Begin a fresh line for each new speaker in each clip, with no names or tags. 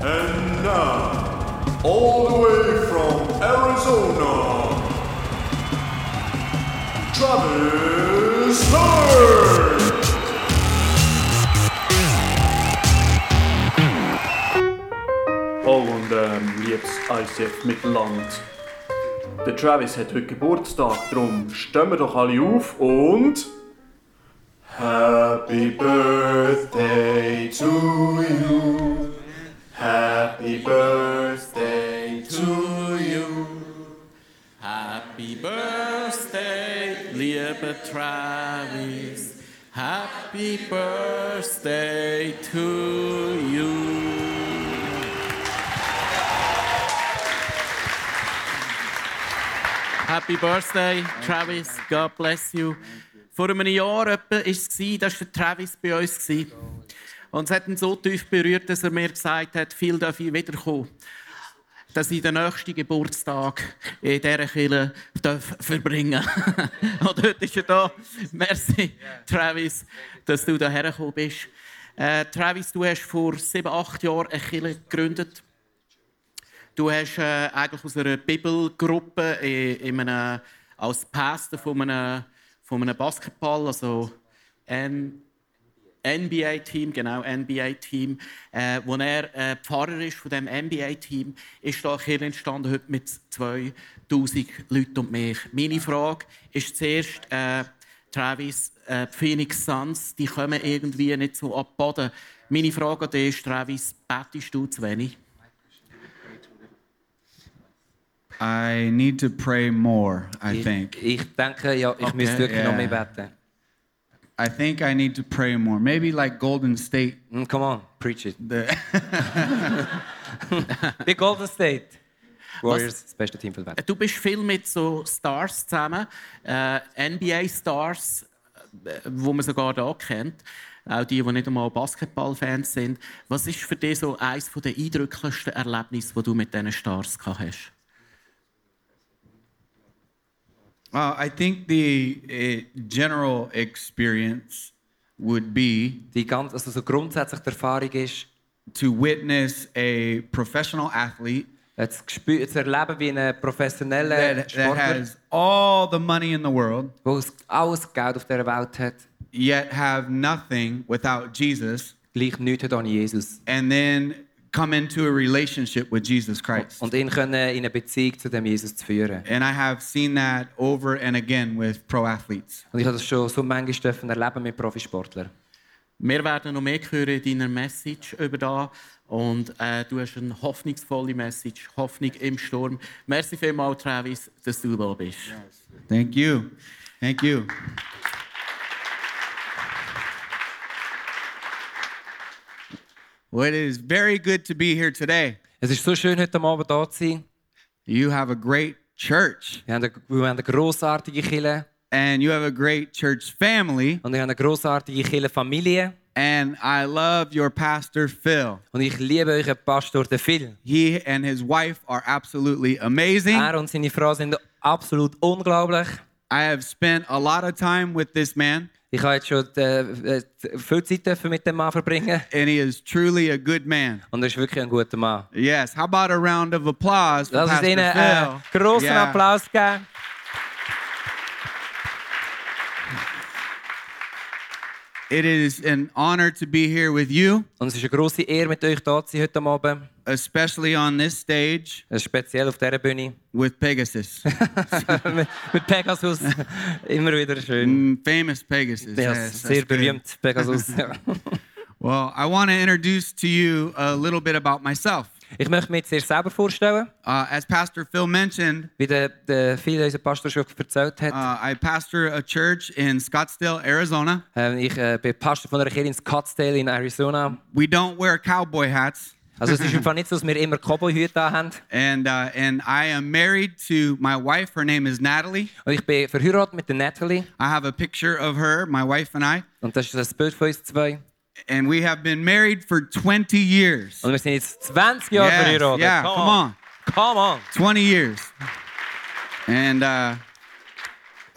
And now, all the way from Arizona, Travis Hurd.
Oh, und ähm, liebes ICF Mittelland. Der Travis hat heute Geburtstag, darum stehen wir doch alle auf und.
Happy birthday to you. Happy birthday to you.
Happy Birthday, lieber Travis. Happy Birthday to you. Happy Birthday, Travis. God bless you. Vor einem Jahr etwa war es, da war der Travis bei uns. gewesen. Und es hat ihn so tief berührt, dass er mir gesagt hat, viel darf ich wiederkommen. Dass ich den nächsten Geburtstag in dieser Kirche darf verbringen darf. Und heute ist er da. Merci, Travis, dass du hierher gekommen bist. Äh, Travis, du hast vor sieben, acht Jahren eine Kirche gegründet. Du hast äh, eigentlich aus einer Bibelgruppe in, in einem, als Pastor von einem, von einem Basketball, also N- NBA-Team, genau, NBA-Team, äh, wo er äh, Pfarrer ist von dem NBA-Team, ist da eine Kirche entstanden heute mit 2000 Leuten und mehr. Meine Frage ist zuerst, äh, Travis, äh, die Phoenix Suns, die kommen irgendwie nicht so ab Boden. Meine Frage an dich ist, Travis, betest du zu wenig?
I need to pray more, I
Ich-
think.
Ich denke, ja, ich müsste wirklich
yeah.
noch mehr beten.
I think I need to pray more. Maybe like Golden State.
Mm, come on, preach it.
The
Die Golden State Warriors, das beste Team der Welt.
Du bist viel mit so Stars zusammen, äh, NBA-Stars, äh, wo man sogar da kennt, auch die, die nicht einmal Basketballfans sind. Was ist für dich so eines der eindrücklichsten Erlebnisse, die du mit diesen Stars gehabt hast?
uh, I think the uh, general experience would be
Die ganz, also so grundsätzlich die Erfahrung ist,
to witness a professional athlete
äh, zu, gespü- zu erleben, wie ein professioneller
that, that
Sportler,
has all the money in the world,
der aus- alles Geld auf dieser Welt hat,
yet have nothing without Jesus,
gleich nichts hat ohne Jesus.
and then come into a relationship with Jesus Christ.
Und ihn können in eine Beziehung zu dem Jesus zu führen.
And I have seen that over and again with pro athletes.
Und ich habe das schon so manchmal dürfen erleben mit Profisportlern.
Wir werden noch mehr hören in deiner Message über da und äh, du hast eine hoffnungsvolle Message, Hoffnung im Sturm. Merci vielmals, Travis, dass du da bist.
Thank you. Thank you. Well, it is very good to be here today.
Es ist so schön, heute Abend da zu sein.
You have a great church
Wir haben eine, wir haben eine grossartige Kirche
and you have a great church family.
und wir haben eine grossartige Kirchenfamilie.
And I love your pastor, Phil.
Und ich liebe euren Pastor, den Phil.
He and his wife are absolutely amazing. I
Er und seine Frau sind absolut unglaublich.
have spent a lot of time with this man,
Ich habe jetzt schon äh, äh, viel Zeit dürfen mit dem Mann verbringen
and he is truly a good man.
und er ist wirklich ein guter Mann.
Yes. How about a round of applause for
Lass uns
Pastor
ihnen einen
Phil?
grossen
Yeah.
Applaus geben.
It is an honor to be here with you,
Und es ist eine grosse Ehre, mit euch da zu sein heute Abend.
especially on this stage
Äh, Speziell auf dieser Bühne.
with Pegasus.
mit, mit Pegasus. Immer wieder schön.
Mm, Famous Pegasus.
Ja,
Yes,
sehr
that's good.
berühmt, Pegasus. Ja.
Well, I want to introduce to you a little bit about myself.
Ich möchte mich zuerst selber vorstellen.
Uh, as Pastor Phil mentioned,
Wie der, der viele unserer Pastor schon erzählt hat,
uh, I pastor a church in Scottsdale, Arizona.
ähm, ich äh, bin Pastor von einer Kirche in Scottsdale in Arizona.
We don't wear cowboy hats,
Also es ist im Fall nicht so, dass wir immer Cowboy-Hüte haben.
and uh, and I am married to my wife. Her name is Natalie.
Und ich bin verheiratet mit der Natalie.
I have a picture of her, my wife and I,
Und das ist das Bild von uns zwei.
and we have been married for 20 years.
Und wir sind jetzt 20 Jahre
Yes,
verheiratet.
yeah, come on.
Come on.
20 years, and uh,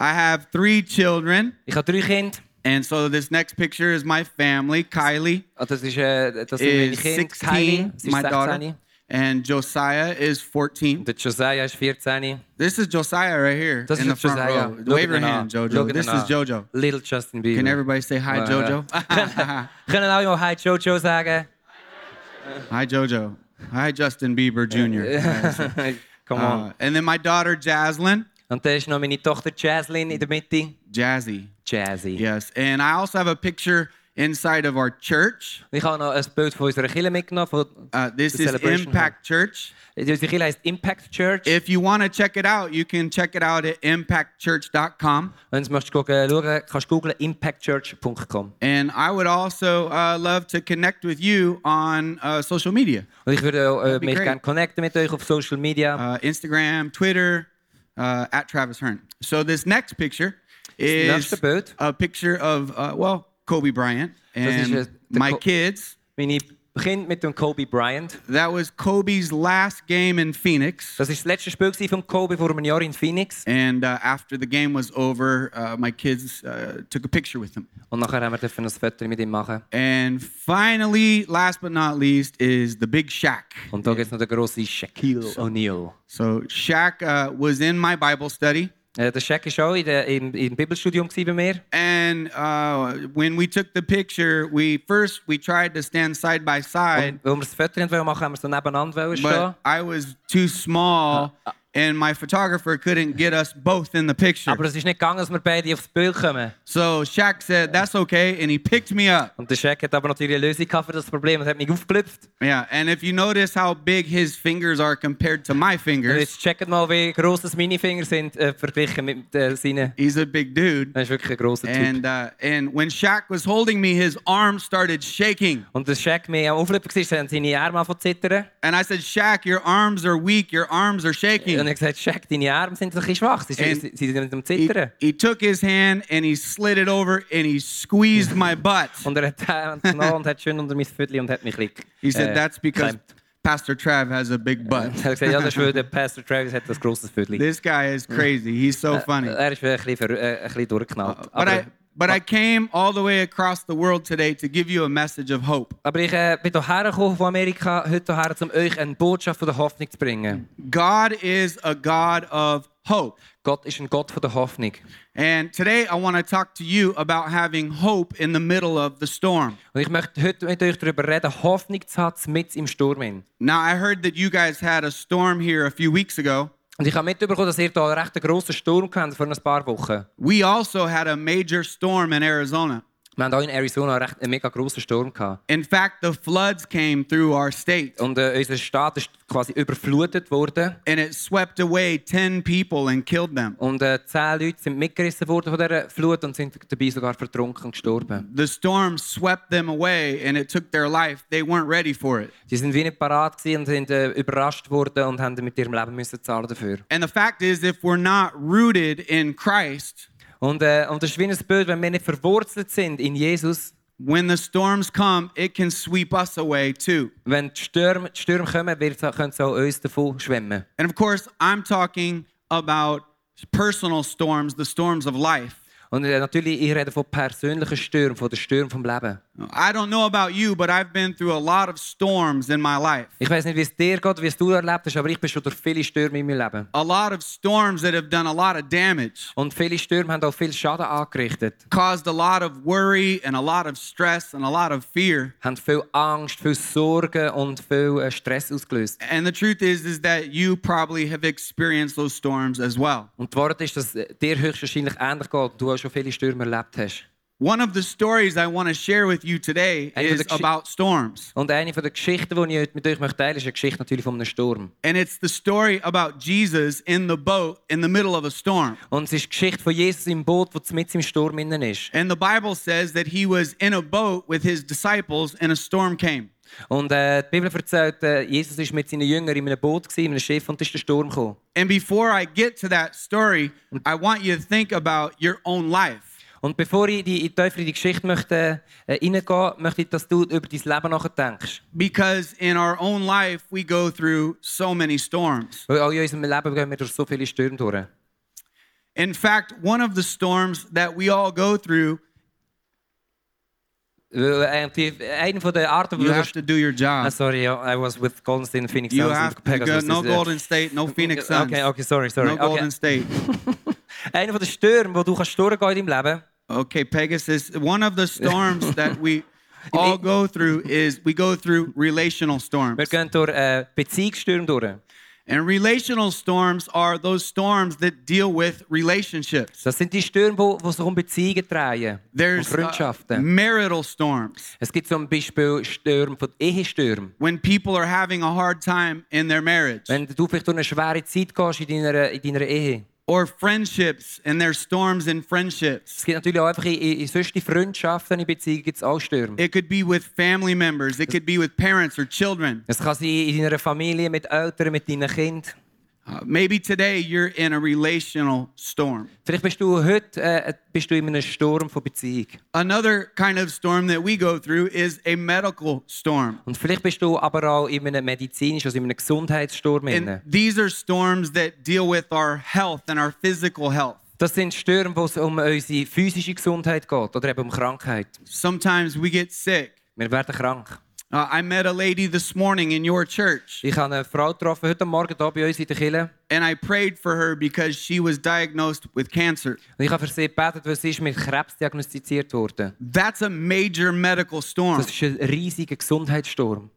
I have three children.
Ich habe drei Kinder.
And so this next picture is my family. Kylie
Und das ist, äh, das sind meine
is
Kinder. Kylie,
16,
sie ist
my
16.
daughter, and Josiah is 14.
Und der Josiah ist 14.
This is Josiah right here
Das
in the
ist
front
Josiah.
row.
Schau
Wave your
ihn an.
hand,
Schau
Jojo.
ihn
This is
an.
Jojo.
Little Justin Bieber.
Can everybody say hi,
Wow.
Jojo?
Können alle mal Hi Jojo sagen?
hi, Jojo. Hi, Justin Bieber Jr.
Come on.
Uh, and then my daughter, Jaslyn.
Und da ist noch meine Tochter Jaslyn in der Mitte.
Jazzy.
Jazzy.
Yes. And I also have a picture inside of our church.
Ich habe noch ein Bild von unserer Kirche mitgenommen. Von,
Uh, this
The
is
celebration
Impact Church.
unsere Kirche heisst Impact Church.
If you want to check it out, you can check it out at impactchurch.com.
Wenn du möchtest gucken, schauen, kannst du eh, googlen impactchurch.com.
And I would also uh, love to connect with you on uh, social media
Und ich würde auch, äh,
be
mich
great.
gerne connecten mit euch auf Social Media.
uh, Instagram, Twitter, uh, at Travis Hearn. So this next picture is
nächste Bild.
a picture of, uh, well, Kobe Bryant
is
and
het- de
my
Ko-
kids.
Meine Kinder mit dem Kobe Bryant.
That was Kobe's last game in Phoenix.
Das war das letzte Spiel gewesen von Kobe vor einem Jahr in Phoenix.
And uh, after the game was over, uh, my kids uh, took a picture with him.
Und nachher haben wir dürfen ein Foto mit ihm machen.
And finally, last but not least, is the big Shaq.
Und da gibt es noch den grossen Shaquille O'Neal.
So Shaq uh, was in my Bible study.
Äh, der Shaq war auch in der, im, im Bibelstudium gewesen bei mir.
And uh, when we took the picture, we first we tried to stand side by side,
Und, weil wir das Foto nicht machen wollten, haben wir so nebeneinander wollen stehen.
but I was too small, and my photographer couldn't get us both in the picture.
Aber es ist nicht gegangen, dass wir beide aufs Bild kommen.
So Shaq said, "That's okay," and he picked me up.
Und der Shaq hat aber natürlich eine Lösung gehabt für das Problem. Er hat mich aufgelöpft.
Yeah, and if you notice how big his fingers are compared to my
Und
fingers,
jetzt checkt mal, wie gross das meine Finger sind äh, verglichen mit äh, seinen.
he's a big dude.
Das ist wirklich ein grosser Typ.
And uh, and when Shaq was holding me, his arm started shaking,
und der Shaq mir am Auflöpfen war, haben seine Arme angefangen zu zittern.
and I said, "Shaq, your arms are weak. Your arms are shaking."
Und er hat gesagt, Shaq, deine Arme sind ein bisschen schwach. Sie,
Ähm,
sind- sie sind mit dem
he,
Zittern.
he took his hand and he slid it over and he squeezed my butt.
Und er hat die Hand genommen und hat schön unter mein Viertel und hat mich ein bisschen,
He said, "That's because
geklemmt.
Pastor Trav has a big butt."
Er hat gesagt, ja, das ist, weil der Pastor Travis hat ein grosses Viertel.
This guy is crazy. He's so funny. Ah,
Er ist ein bisschen, ver- äh, ein bisschen durchgeknallt.
But
Aber,
I but I came all the way across the world today to give you a message of hope.
aber ich äh, bin hierher gekommen von Amerika, heute hierher, um euch eine Botschaft von der Hoffnung zu
Hm.
bringen.
God is a God of hope.
Gott ist ein Gott von der Hoffnung.
And today I want to talk to you about having hope in the middle of the storm.
Und ich möchte heute mit euch darüber reden, Hoffnung zu haben, mit im Sturm. hin.
Now I heard that you guys had a storm here a few weeks ago.
Und ich habe mitbekommen, dass ihr da einen recht grossen Sturm habt vor ein paar Wochen.
We also had a major storm in Arizona.
Wir hatten auch in Arizona einen, recht, einen mega grossen Sturm. Gehabt.
In fact, the floods came through our state
Und äh, unser Staat ist quasi überflutet worden.
and it swept away 10 people and killed them.
Und äh, zehn Leute sind mitgerissen worden von dieser Flut und sind dabei sogar vertrunken und gestorben.
The storm swept them away and it took their life. They weren't ready for it.
Sie sind wie nicht parat gewesen und sind äh, überrascht worden und haben mit ihrem Leben müssen zahlen dafür.
And the fact is, if we're not rooted in Christ,
Und, äh, und das ist wie ein Bild, wenn wir nicht verwurzelt sind in Jesus,
when the storms come, it can sweep us away too.
wenn die Stürme, die Stürme kommen, wird, können sie auch uns davon schwimmen.
And of course, I'm talking about personal storms, the storms of life.
Und äh, natürlich, ich rede von persönlichen Stürmen, von den Stürmen vom Leben.
I don't know about you, but I've been through a lot of storms in my life.
Ich weiß nicht, wie es dir geht, wie es du erlebt hast, aber ich bin schon durch viele Stürme in meinem Leben.
A lot of storms that have done a lot of damage,
Und viele Stürme haben auch viel Schaden angerichtet,
caused a lot of worry and a lot of stress and a lot of fear.
haben viel Angst, viel Sorgen und viel äh, Stress ausgelöst.
And the truth is is that you probably have experienced those storms as well.
Und die Wahrheit ist, dass äh, dir höchstwahrscheinlich ähnlich geht und du auch schon viele Stürme erlebt hast.
One of the stories I want to share with you today
Eine von
is
der Gesch-
about storms.
Und eine von der Geschichten, die ich heute mit euch möchte teilen möchte, ist eine Geschichte natürlich von einem Sturm.
And it's the story about Jesus in the boat in the middle of a storm.
Und es ist die Geschichte von Jesus im Boot, wo mit im Sturm innen ist.
And the Bible says that he was in a boat with his disciples and a storm came.
Und äh, die Bibel erzählt, äh, Jesus ist mit seinen Jüngern in einem Boot, gewesen, in einem Schiff und ist der Sturm gekommen.
And before I get to that story, I want you to think about your own life.
Und bevor ich die, in die tiefer in die Geschichte möchte, äh, hineingehen möchte, ich, dass du über dein Leben nachdenkst.
Because in our own life, we go through so many storms.
Weil auch in unserem Leben gehen wir durch so viele Stürme durch.
In fact, one of the storms that we all go through,
Weil, äh, die, eine von der Arten,
you
wir
have
durch-
to do your
Ah,
job.
sorry, I was with Golden State and Phoenix
You
Suns and
have to go,
Pegasus.
no
Ist, äh,
Golden State, no Phoenix Suns.
Okay, okay, sorry, sorry.
No Golden
okay.
State.
Einer von den Stürmen, wo du kannst durchgehen in deinem Leben,
Okay, Pegasus. One of the storms that we all go through is we go through relational
wir
storms.
gehen durch äh, Beziehungsstürme durch.
And relational storms are those storms that deal with relationships.
Das sind die Stürme, wo, wo sich um Beziehungen drehen, um
There's uh,
Freundschaften.
marital storms
es gibt zum Beispiel Stürme von Ehestürmen.
when people are having a hard time in their marriage,
Wenn du vielleicht durch eine schwere Zeit gehst in deiner, in deiner Ehe.
or friendships and there's storms in friendships.
Es gibt natürlich auch einfach in, in, in sonstigen Freundschaften, in Beziehungen gibt es auch Stürme.
It could be with family members, it could be with parents or children.
es kann sein in deiner Familie, mit Eltern, mit deinen Kindern.
Uh, maybe today you're in a relational storm.
Vielleicht bist du heute äh, bist du in einem Sturm von Beziehung.
Another kind of storm that we go through is a medical storm.
Und vielleicht bist du aber auch in einem medizinischen, also in einem Gesundheitssturm.
And
inne.
these are storms that deal with our health and our physical health.
Das sind Stürme, wo es um unsere physische Gesundheit geht oder eben um Krankheit.
Sometimes we get sick.
Wir werden krank.
Uh, I met a lady this morning in your church,
Ich habe eine Frau getroffen heute Morgen hier bei uns in der Kirche.
and I prayed for her because she was diagnosed with cancer.
Und ich habe für sie gebetet, weil sie ist mit Krebs diagnostiziert wurde.
That's a major medical storm.
Das ist ein riesiger Gesundheitssturm.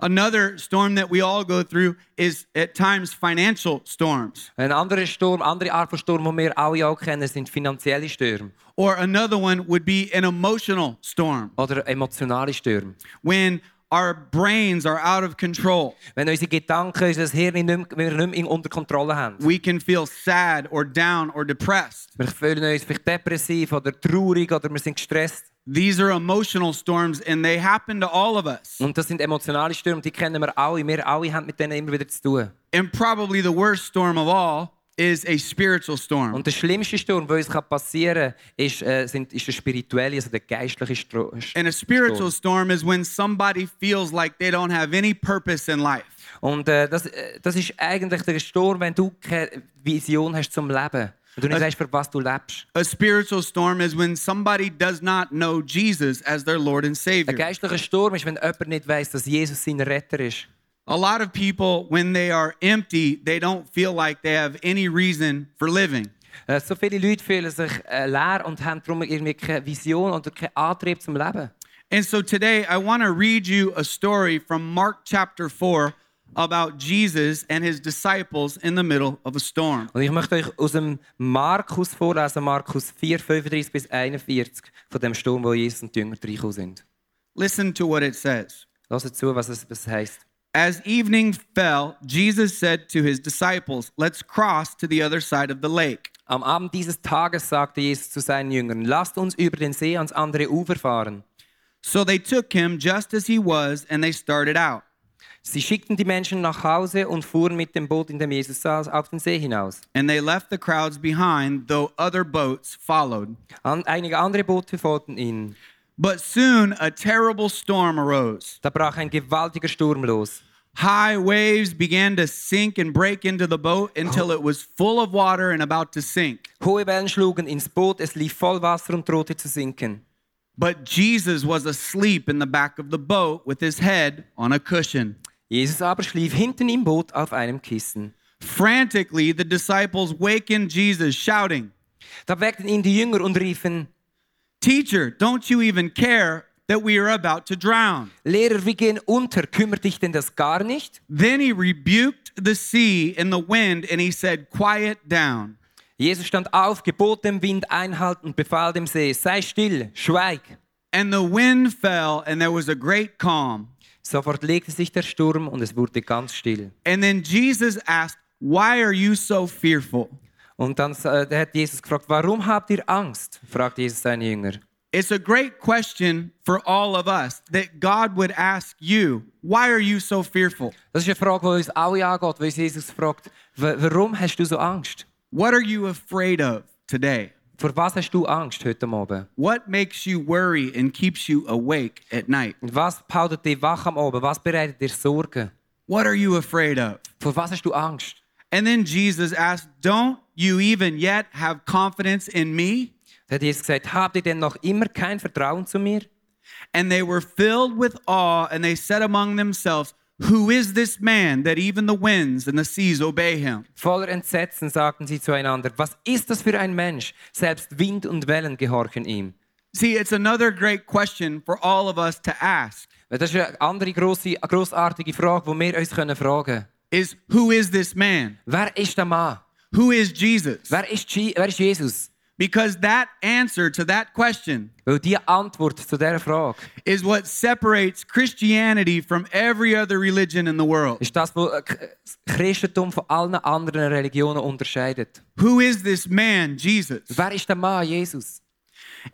Another storm that we all go through is at times financial storms,
Ein anderer Sturm, andere Art von Sturm, die wir alle auch kennen, sind finanzielle Stürme
or another one would be an emotional storm
oder emotionale Stürme.
when our brains are out of control.
Wenn unsere Gedanken, unser Hirn nicht mehr, wenn wir nicht mehr unter Kontrolle haben.
We can feel sad or down or depressed.
Wir fühlen uns vielleicht depressiv oder traurig oder wir sind gestresst.
These are emotional storms and they happen to all of us.
Und das sind emotionale Stürme, die kennen wir alle. Wir alle haben mit denen immer wieder zu tun.
And probably the worst storm of all is a spiritual storm.
Und der schlimmste Sturm, der uns kann passieren kann, ist, äh, sind- ist der spirituelle, also der geistliche Stro- Sturm.
And a spiritual storm is when somebody feels like they don't have any purpose in life.
Und äh, das, äh, das ist eigentlich der Sturm, wenn du keine Vision hast zum Leben. Wenn du nicht
Also-
weißt, für was du lebst.
A spiritual storm is when somebody does not know Jesus as their Lord and
Ein
Savior.
geistlicher Sturm ist, wenn jemand nicht weiß, dass Jesus sein Retter ist.
A lot of people, when they are empty, they don't feel like they have any reason for living.
Äh, so viele Leute fühlen sich äh, leer und haben darum irgendwie keine Vision oder keinen Antrieb zum Leben.
And so today I want to read you a story from Mark chapter 4 about Jesus and his disciples in the middle of a storm.
Und ich möchte euch aus dem Markus vorlesen, Markus 4, 35 bis 41, von dem Sturm, wo Jesus und die Jünger reingekommen sind.
Listen to what it says.
Lasst zu, was es was heisst.
As evening fell, Jesus said to his disciples, Let's cross to the other side of the lake.
Am Abend dieses Tages sagte Jesus zu seinen Jüngern, lasst uns über den See ans andere Ufer fahren.
So they took him just as he was and they started out.
Sie schickten die Menschen nach Hause und fuhren mit dem Boot, in dem Jesus saß, auf den See hinaus.
And they left the crowds behind, though other boats followed.
An einige andere Boote folgten ihnen.
But soon a terrible storm arose.
Da brach ein gewaltiger Sturm los.
High waves began to sink and break into the boat until it was full of water and about to sink.
Hohe Wellen schlugen ins Boot, es lief voll Wasser und drohte zu sinken.
But Jesus was asleep in the back of the boat with his head on a cushion.
Jesus aber schlief hinten im Boot auf einem Kissen.
Frantically, the disciples wakened Jesus, shouting,
Da weckten ihn die Jünger und riefen,
Teacher, don't you even care that we are about to drown?
Lehrer, wir gehen unter, kümmert dich denn das gar nicht?
Then he rebuked the sea and the wind, and he said, Quiet down.
Jesus stand auf, gebot dem Wind Einhalt und befahl dem See, sei still, schweig.
And the wind fell, and there was a great calm.
Sofort legte sich der Sturm und es wurde ganz still.
And then Jesus asked, Why are you so fearful?
Und dann äh, da hat Jesus gefragt, warum habt ihr Angst? fragt Jesus seine Jünger.
It's a great question for all of us that God would ask you, Why are you so fearful?
Das ist eine Frage, die uns alle angeht, weil uns Jesus fragt, "Wa- warum hast du so Angst?
What are you afraid of today?
Vor was hast du Angst heute Morgen?
What makes you worry and keeps you awake at night?
Und was paudet dich wach am Abend? Was bereitet dir Sorgen?
What are you afraid of?
Vor was hast du Angst?
And then Jesus asked, Don't you even yet have confidence in me?
Da hat Jesus gesagt, habt ihr denn noch immer kein Vertrauen zu mir?
And they were filled with awe, and they said among themselves, Who is this man that even the winds and the seas obey him?
Voller Entsetzen sagten sie zueinander, was ist das für ein Mensch? Selbst Wind und Wellen gehorchen ihm.
See, it's another great question for all of us to ask
Das ist eine andere grosse, grossartige Frage, die wir uns können fragen können.
is who is this man?
Wer ist der Mann?
Who is Jesus?
Wer ist, Je- wer ist Jesus?
Because that answer to that question
Weil die Antwort zu dieser Frage
is what separates Christianity from every other religion in the world.
ist das, was äh, das Christentum von allen anderen Religionen unterscheidet.
Who is this man, Jesus?
Wer ist der Mann, Jesus?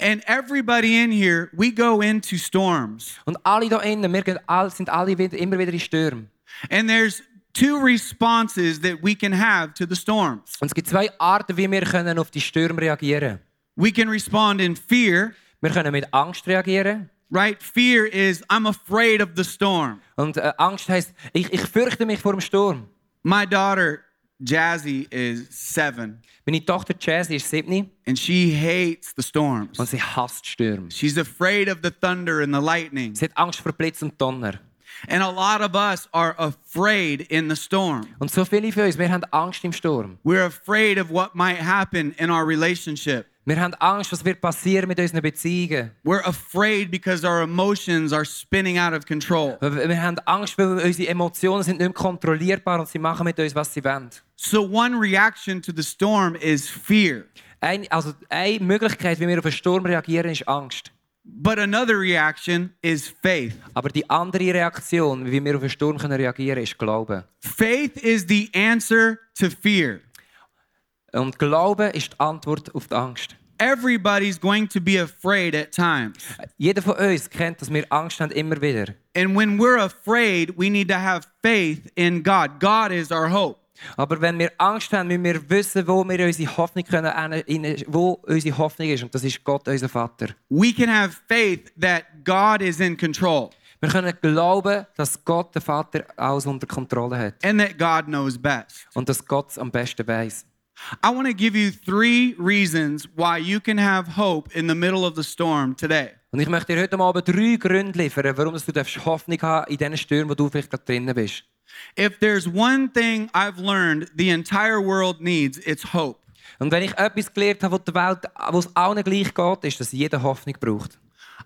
And everybody in here, we go into storms.
Und alle da innen, wir gehen all, sind alle wieder, immer wieder in Stürmen.
And there's two responses that we can have to the storms.
Und es gibt zwei Arten, wie wir können auf die Stürme reagieren können.
We can respond in fear,
Wir können mit Angst reagieren.
right? Fear is, I'm afraid of the storm.
Und äh, Angst heißt, ich, ich fürchte mich vor dem Sturm.
My daughter, Jazzy, is seven,
Meine Tochter Jazzy ist sieben
and she hates the storms.
und sie hasst Stürme.
She's afraid of the thunder and the lightning.
Sie hat Angst vor Blitz und Donner.
And a lot of us are afraid in the storm.
Und so viele von uns, wir haben Angst im Sturm.
We're afraid of what might happen in our relationship.
Wir haben Angst, was wird passieren mit unseren Beziehungen.
We're afraid because our emotions are spinning out of control.
Wir wir haben Angst, weil unsere Emotionen sind nicht mehr kontrollierbar und sie machen mit uns, was sie wollen.
So, one reaction to the storm is fear,
Ein, also eine Möglichkeit, wie wir auf einen Sturm reagieren, ist Angst.
but another reaction is faith.
Aber die andere Reaktion, wie wir auf einen Sturm können reagieren können, ist Glauben.
Faith is the answer to fear.
Und Glauben ist die Antwort auf die Angst.
Everybody's going to be afraid at times.
Jeder von uns kennt, dass wir Angst haben, immer wieder.
And when we're afraid, we need to have faith in God. God is our hope.
Aber wenn wir Angst haben, müssen wir wissen, wo wir unsere Hoffnung können, hin- wo unsere Hoffnung ist. Und das ist Gott, unser Vater.
We can have faith that God is in control
Wir können glauben, dass Gott, der Vater, alles unter Kontrolle hat.
and that God knows best.
Und dass Gott es am besten weiß.
I want to give you three reasons why you can have hope in the middle of the storm today.
Und ich möchte dir heute Abend drei Gründe liefern, warum dass du darfst Hoffnung haben in diesen Stürmen, wo du vielleicht gerade drinnen bist.
If there's one thing I've learned the entire world needs, it's hope.
Und wenn ich etwas gelernt habe, wo die Welt, wo es allen gleich geht, ist, dass jeder Hoffnung braucht.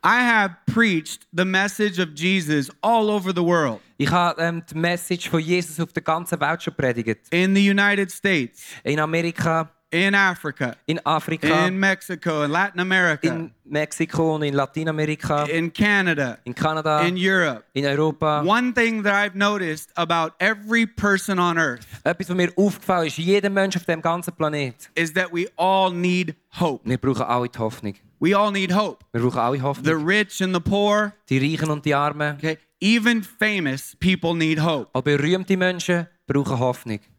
I have preached the message of Jesus all over the world
Ich habe ähm, die Message von Jesus auf der ganzen Welt schon predigt.
in the United States,
In Amerika,
in Africa,
in Afrika,
in
in,
Mexico, in Latin America,
Mexiko und in Lateinamerika, in,
in Canada,
Kanada,
in
in,
Europe.
Europa.
One thing that I've noticed about every person on earth
Etwas, was mir aufgefallen ist, jeder Mensch auf dem ganzen Planet,
is that we all need hope.
wir brauchen alle die Hoffnung.
We all need hope.
Wir brauchen alle
The
Hoffnung.
rich and the poor,
Die Reichen und die Armen,
okay, even famous people need hope.
auch berühmte Menschen brauchen Hoffnung. Ich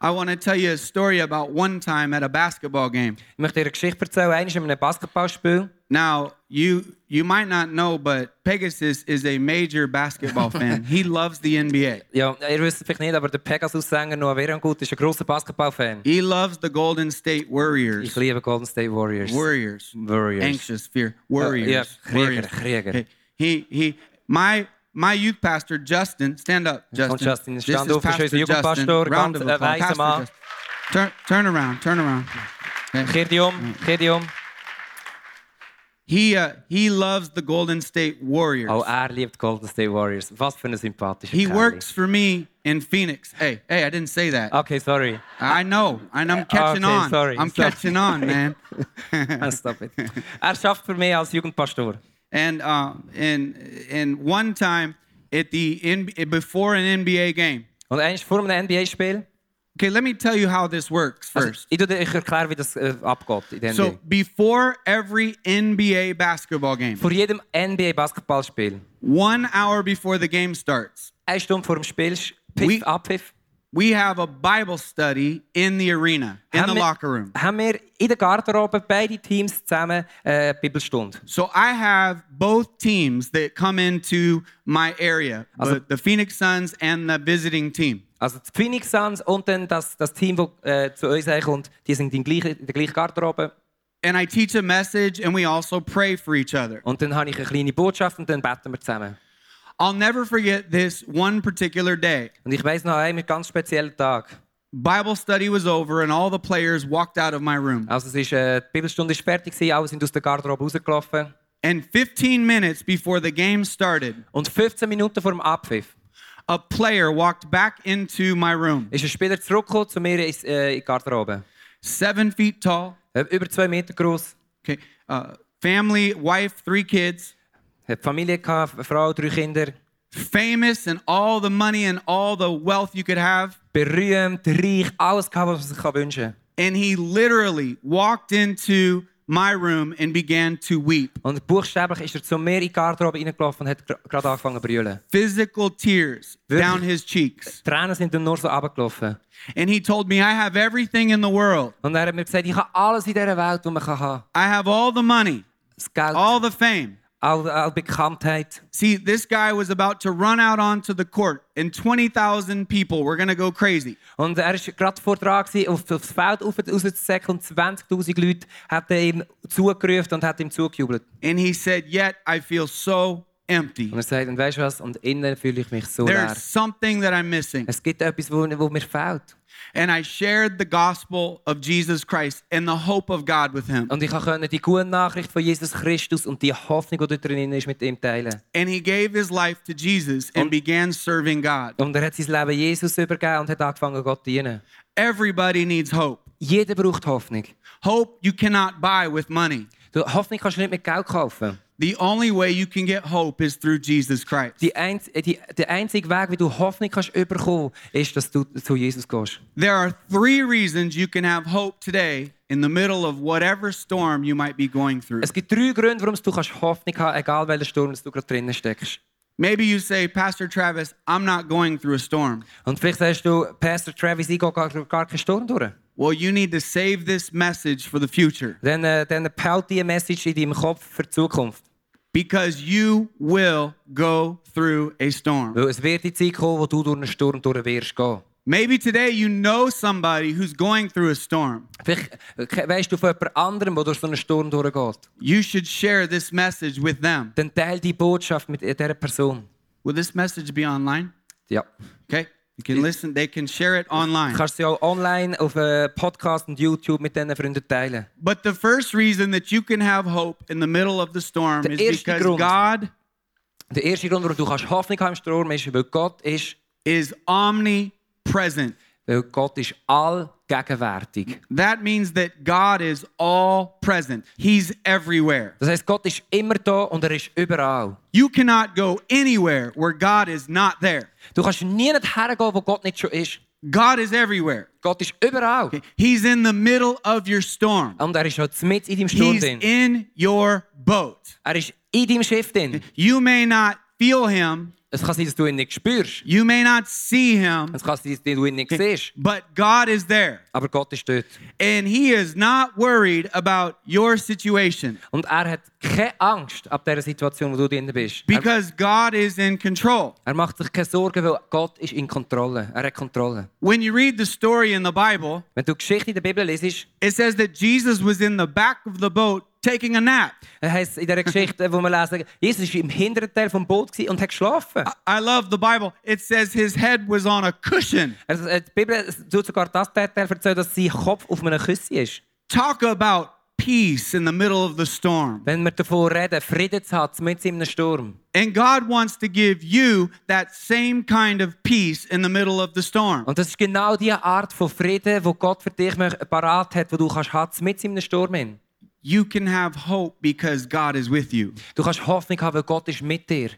I want to tell you a story about one time at a basketball game.
möchte dir eine Geschichte erzählen. Einmal in einem Basketballspiel
Now, you you might not know, but Pegasus is a major basketball fan. he loves the NBA.
Ja, ihr wisst es vielleicht nicht, aber der Pegasus-Sänger Noah Berengut ist ein großer Basketballfan.
He loves the Golden State
Ich
Warriors.
liebe Golden State Warriors.
Warriors.
Warriors. Uh,
Anxious fear. Warriors.
yeah, Krieger,
Warriors.
Krieger.
Okay. He he my my youth pastor Justin, stand up, Justin.
Justin,
This
stand
is
auf, ist
Pastor
unser Jugendpastor,
Justin. Round
ganz
of
ein
applause.
weiser
Pastor
Mann.
Justin. Turn turn around, turn around.
Kehr dich
Mm.
um, kehr dich um.
He uh, he loves the Golden State Warriors.
Auch er liebt Golden State Warriors. Was für ein sympathischer
he
Kerl.
works for me in Phoenix. Hey, hey, I didn't say that.
Okay, sorry.
I know, and I'm catching
Oh. okay,
on.
sorry,
I'm
sorry.
catching on, man.
Stop it. Er schafft für mich als Jugendpastor.
And uh, and and one time at the N- before an NBA game.
Und eigentlich vor einem NBA-Spiel.
Okay, let me tell you how this works
Also,
first.
ich tu dir- ich erkläre, wie das äh, abgeht in der
So
NBA.
before every NBA basketball game,
Vor jedem NBA-Basketballspiel,
one hour before the game starts,
eine Stunde vor dem Spiel, Sch- Pfiff,
We-
Abpfiff,
we have a Bible study in the arena, in the
wir-
locker room.
haben wir in der Garderobe beide Teams zusammen äh, Bibelstunde.
So I have both teams that come into my area,
Also-
the, the Phoenix Suns and the visiting team.
Also die Phoenix Suns und dann das, das Team, das äh, zu uns kommt, die sind in, gleiche, in der gleichen Garderobe.
And I teach a message and we also pray for each other.
Und dann habe ich eine kleine Botschaft und dann beten wir zusammen.
I'll never forget this one particular day.
Und ich weiss noch an einem ganz speziellen Tag.
Bible study was over and all the players walked out of my room.
Also es ist, äh, die Bibelstunde ist fertig, gewesen, alle sind aus der Garderobe rausgelaufen.
And 15 minutes before the game started,
Und 15 Minuten vor dem Abpfiff
a player walked back into my room.
ist ein Spieler zurückgekommen zu mir ins, äh, in die Garderobe.
Seven feet tall,
Äh, Über zwei Meter groß,
okay, uh, family, wife, three kids,
hat Familie gehabt, eine Frau, drei Kinder.
famous and all the money and all the wealth you could have.
Berühmt, reich, alles gehabt, was man sich kann wünschen kann.
And he literally walked into my room and began to weep.
Und buchstäblich ist er zu mir in die Garderobe reingelaufen und hat gra- gerade angefangen zu brüllen.
Physical tears down his cheeks.
Tränen sind dann nur so runtergelaufen.
And he told me, I have everything in the world.
Und er hat mir gesagt, ich habe alles in dieser Welt, was man kann haben
I have all the money,
Das Geld, all,
all the fame.
all, Bekanntheit.
See, this guy was about to run out onto the court, and 20,000 people were going to go crazy.
Und er war gerade vor dran, gewesen, auf, aufs Feld rauf- rauszusäckeln und 20'000 Leute haben ihm zugerufen und haben ihm zugejubelt.
And he said, Yet I feel so empty.
Und er sagt, und weißt du was, und innen fühle ich mich so leer.
There's something that I'm missing.
Es gibt etwas, wo, wo mir fehlt.
And I shared the gospel of Jesus Christ and the hope of God with him.
Und ich konnte die gute Nachricht von Jesus Christus und die Hoffnung, die dort drin ist, mit ihm teilen.
And he gave his life to Jesus and began serving God.
Und er hat sein Leben Jesus übergeben und hat angefangen, Gott zu dienen.
Everybody needs hope.
Jeder braucht Hoffnung.
Hope you cannot buy with money.
Du, Hoffnung kannst du nicht mit Geld kaufen.
The only way you can get hope is through Jesus Christ.
Die einz äh, die, der einzige Weg, wie du Hoffnung kannst überkommen, ist, dass du zu Jesus gehst.
There are three reasons you can have hope today in the middle of whatever storm you might be going through.
Es gibt drei Gründe, warum du kannst Hoffnung haben egal welchen Sturm dass du gerade drinnen steckst.
Maybe you say, Pastor Travis, I'm not going through a storm.
Und vielleicht sagst du, Pastor Travis, ich gehe gar, gar keinen Sturm durch.
Well, you need to save this message for the future
Dann, äh, dann behalt diese Message in deinem Kopf für die Zukunft.
because you will go through a storm.
Weil es wird die Zeit kommen, wo du durch einen Sturm durch wirst gehen.
Maybe today you know somebody who's going through a storm.
Vielleicht äh, weißt du von jemand anderem, der durch so einen Sturm durchgeht.
You should share this message with them.
Dann teile die Botschaft mit dieser Person.
Will this message be online?
Ja.
Okay. You can listen, they can share it online.
Kannst du ja auch online auf äh, Podcast und YouTube mit deinen Freunden teilen.
But the first reason that you can have hope in the middle of the storm
Der
is
erste
because
Grund.
God
Der erste Grund, warum du kannst Hoffnung haben im Sturm, ist, weil Gott ist,
is omnipresent.
weil Gott ist allgegenwärtig.
That means that God is all present. He's everywhere.
Das heißt, Gott ist immer da und er ist überall.
You cannot go anywhere where God is not there.
Du kannst nie hergehen, wo Gott nicht schon ist.
God is everywhere.
Gott ist überall.
He's in the middle of your storm.
Und er ist auch mit in deinem Sturm
He's
drin.
in your boat.
Er ist in deinem Schiff drin.
You may not feel him,
Es kann sein, dass du ihn nicht spürst.
you may not see him,
Es kann sein, dass du ihn nicht siehst.
but God is there.
Aber Gott ist dort.
And he is not worried about your situation
Und er hat keine Angst ab dieser Situation, wo du drin bist. Er,
because God is in control.
er macht sich keine Sorgen, weil Gott ist in Kontrolle. Er hat Kontrolle.
When you read the story in the Bible,
Wenn du die Geschichte in der Bibel liest,
it says that Jesus was in the back of the boat taking a nap.
dann äh, heisst es in dieser Geschichte, äh, wo wir lesen, Jesus war im hinteren Teil vom Boot gewesen und hat geschlafen.
I love the Bible. It says his head was on a cushion.
Also, äh, die Bibel tut sogar das Detail erzählen, dass sein Kopf auf einem Küssi ist.
Talk about peace in the middle of the storm.
Wenn wir davon reden, Frieden zu haben, mitten in einem Sturm.
And God wants to give you that same kind of peace in the middle of the storm.
Und das ist genau die Art von Frieden, wo Gott für dich möcht- parat hat, wo du kannst haben, mitten in einem Sturm. hin.
You can have hope because God is with you.
Du kannst Hoffnung haben, weil Gott ist mit dir.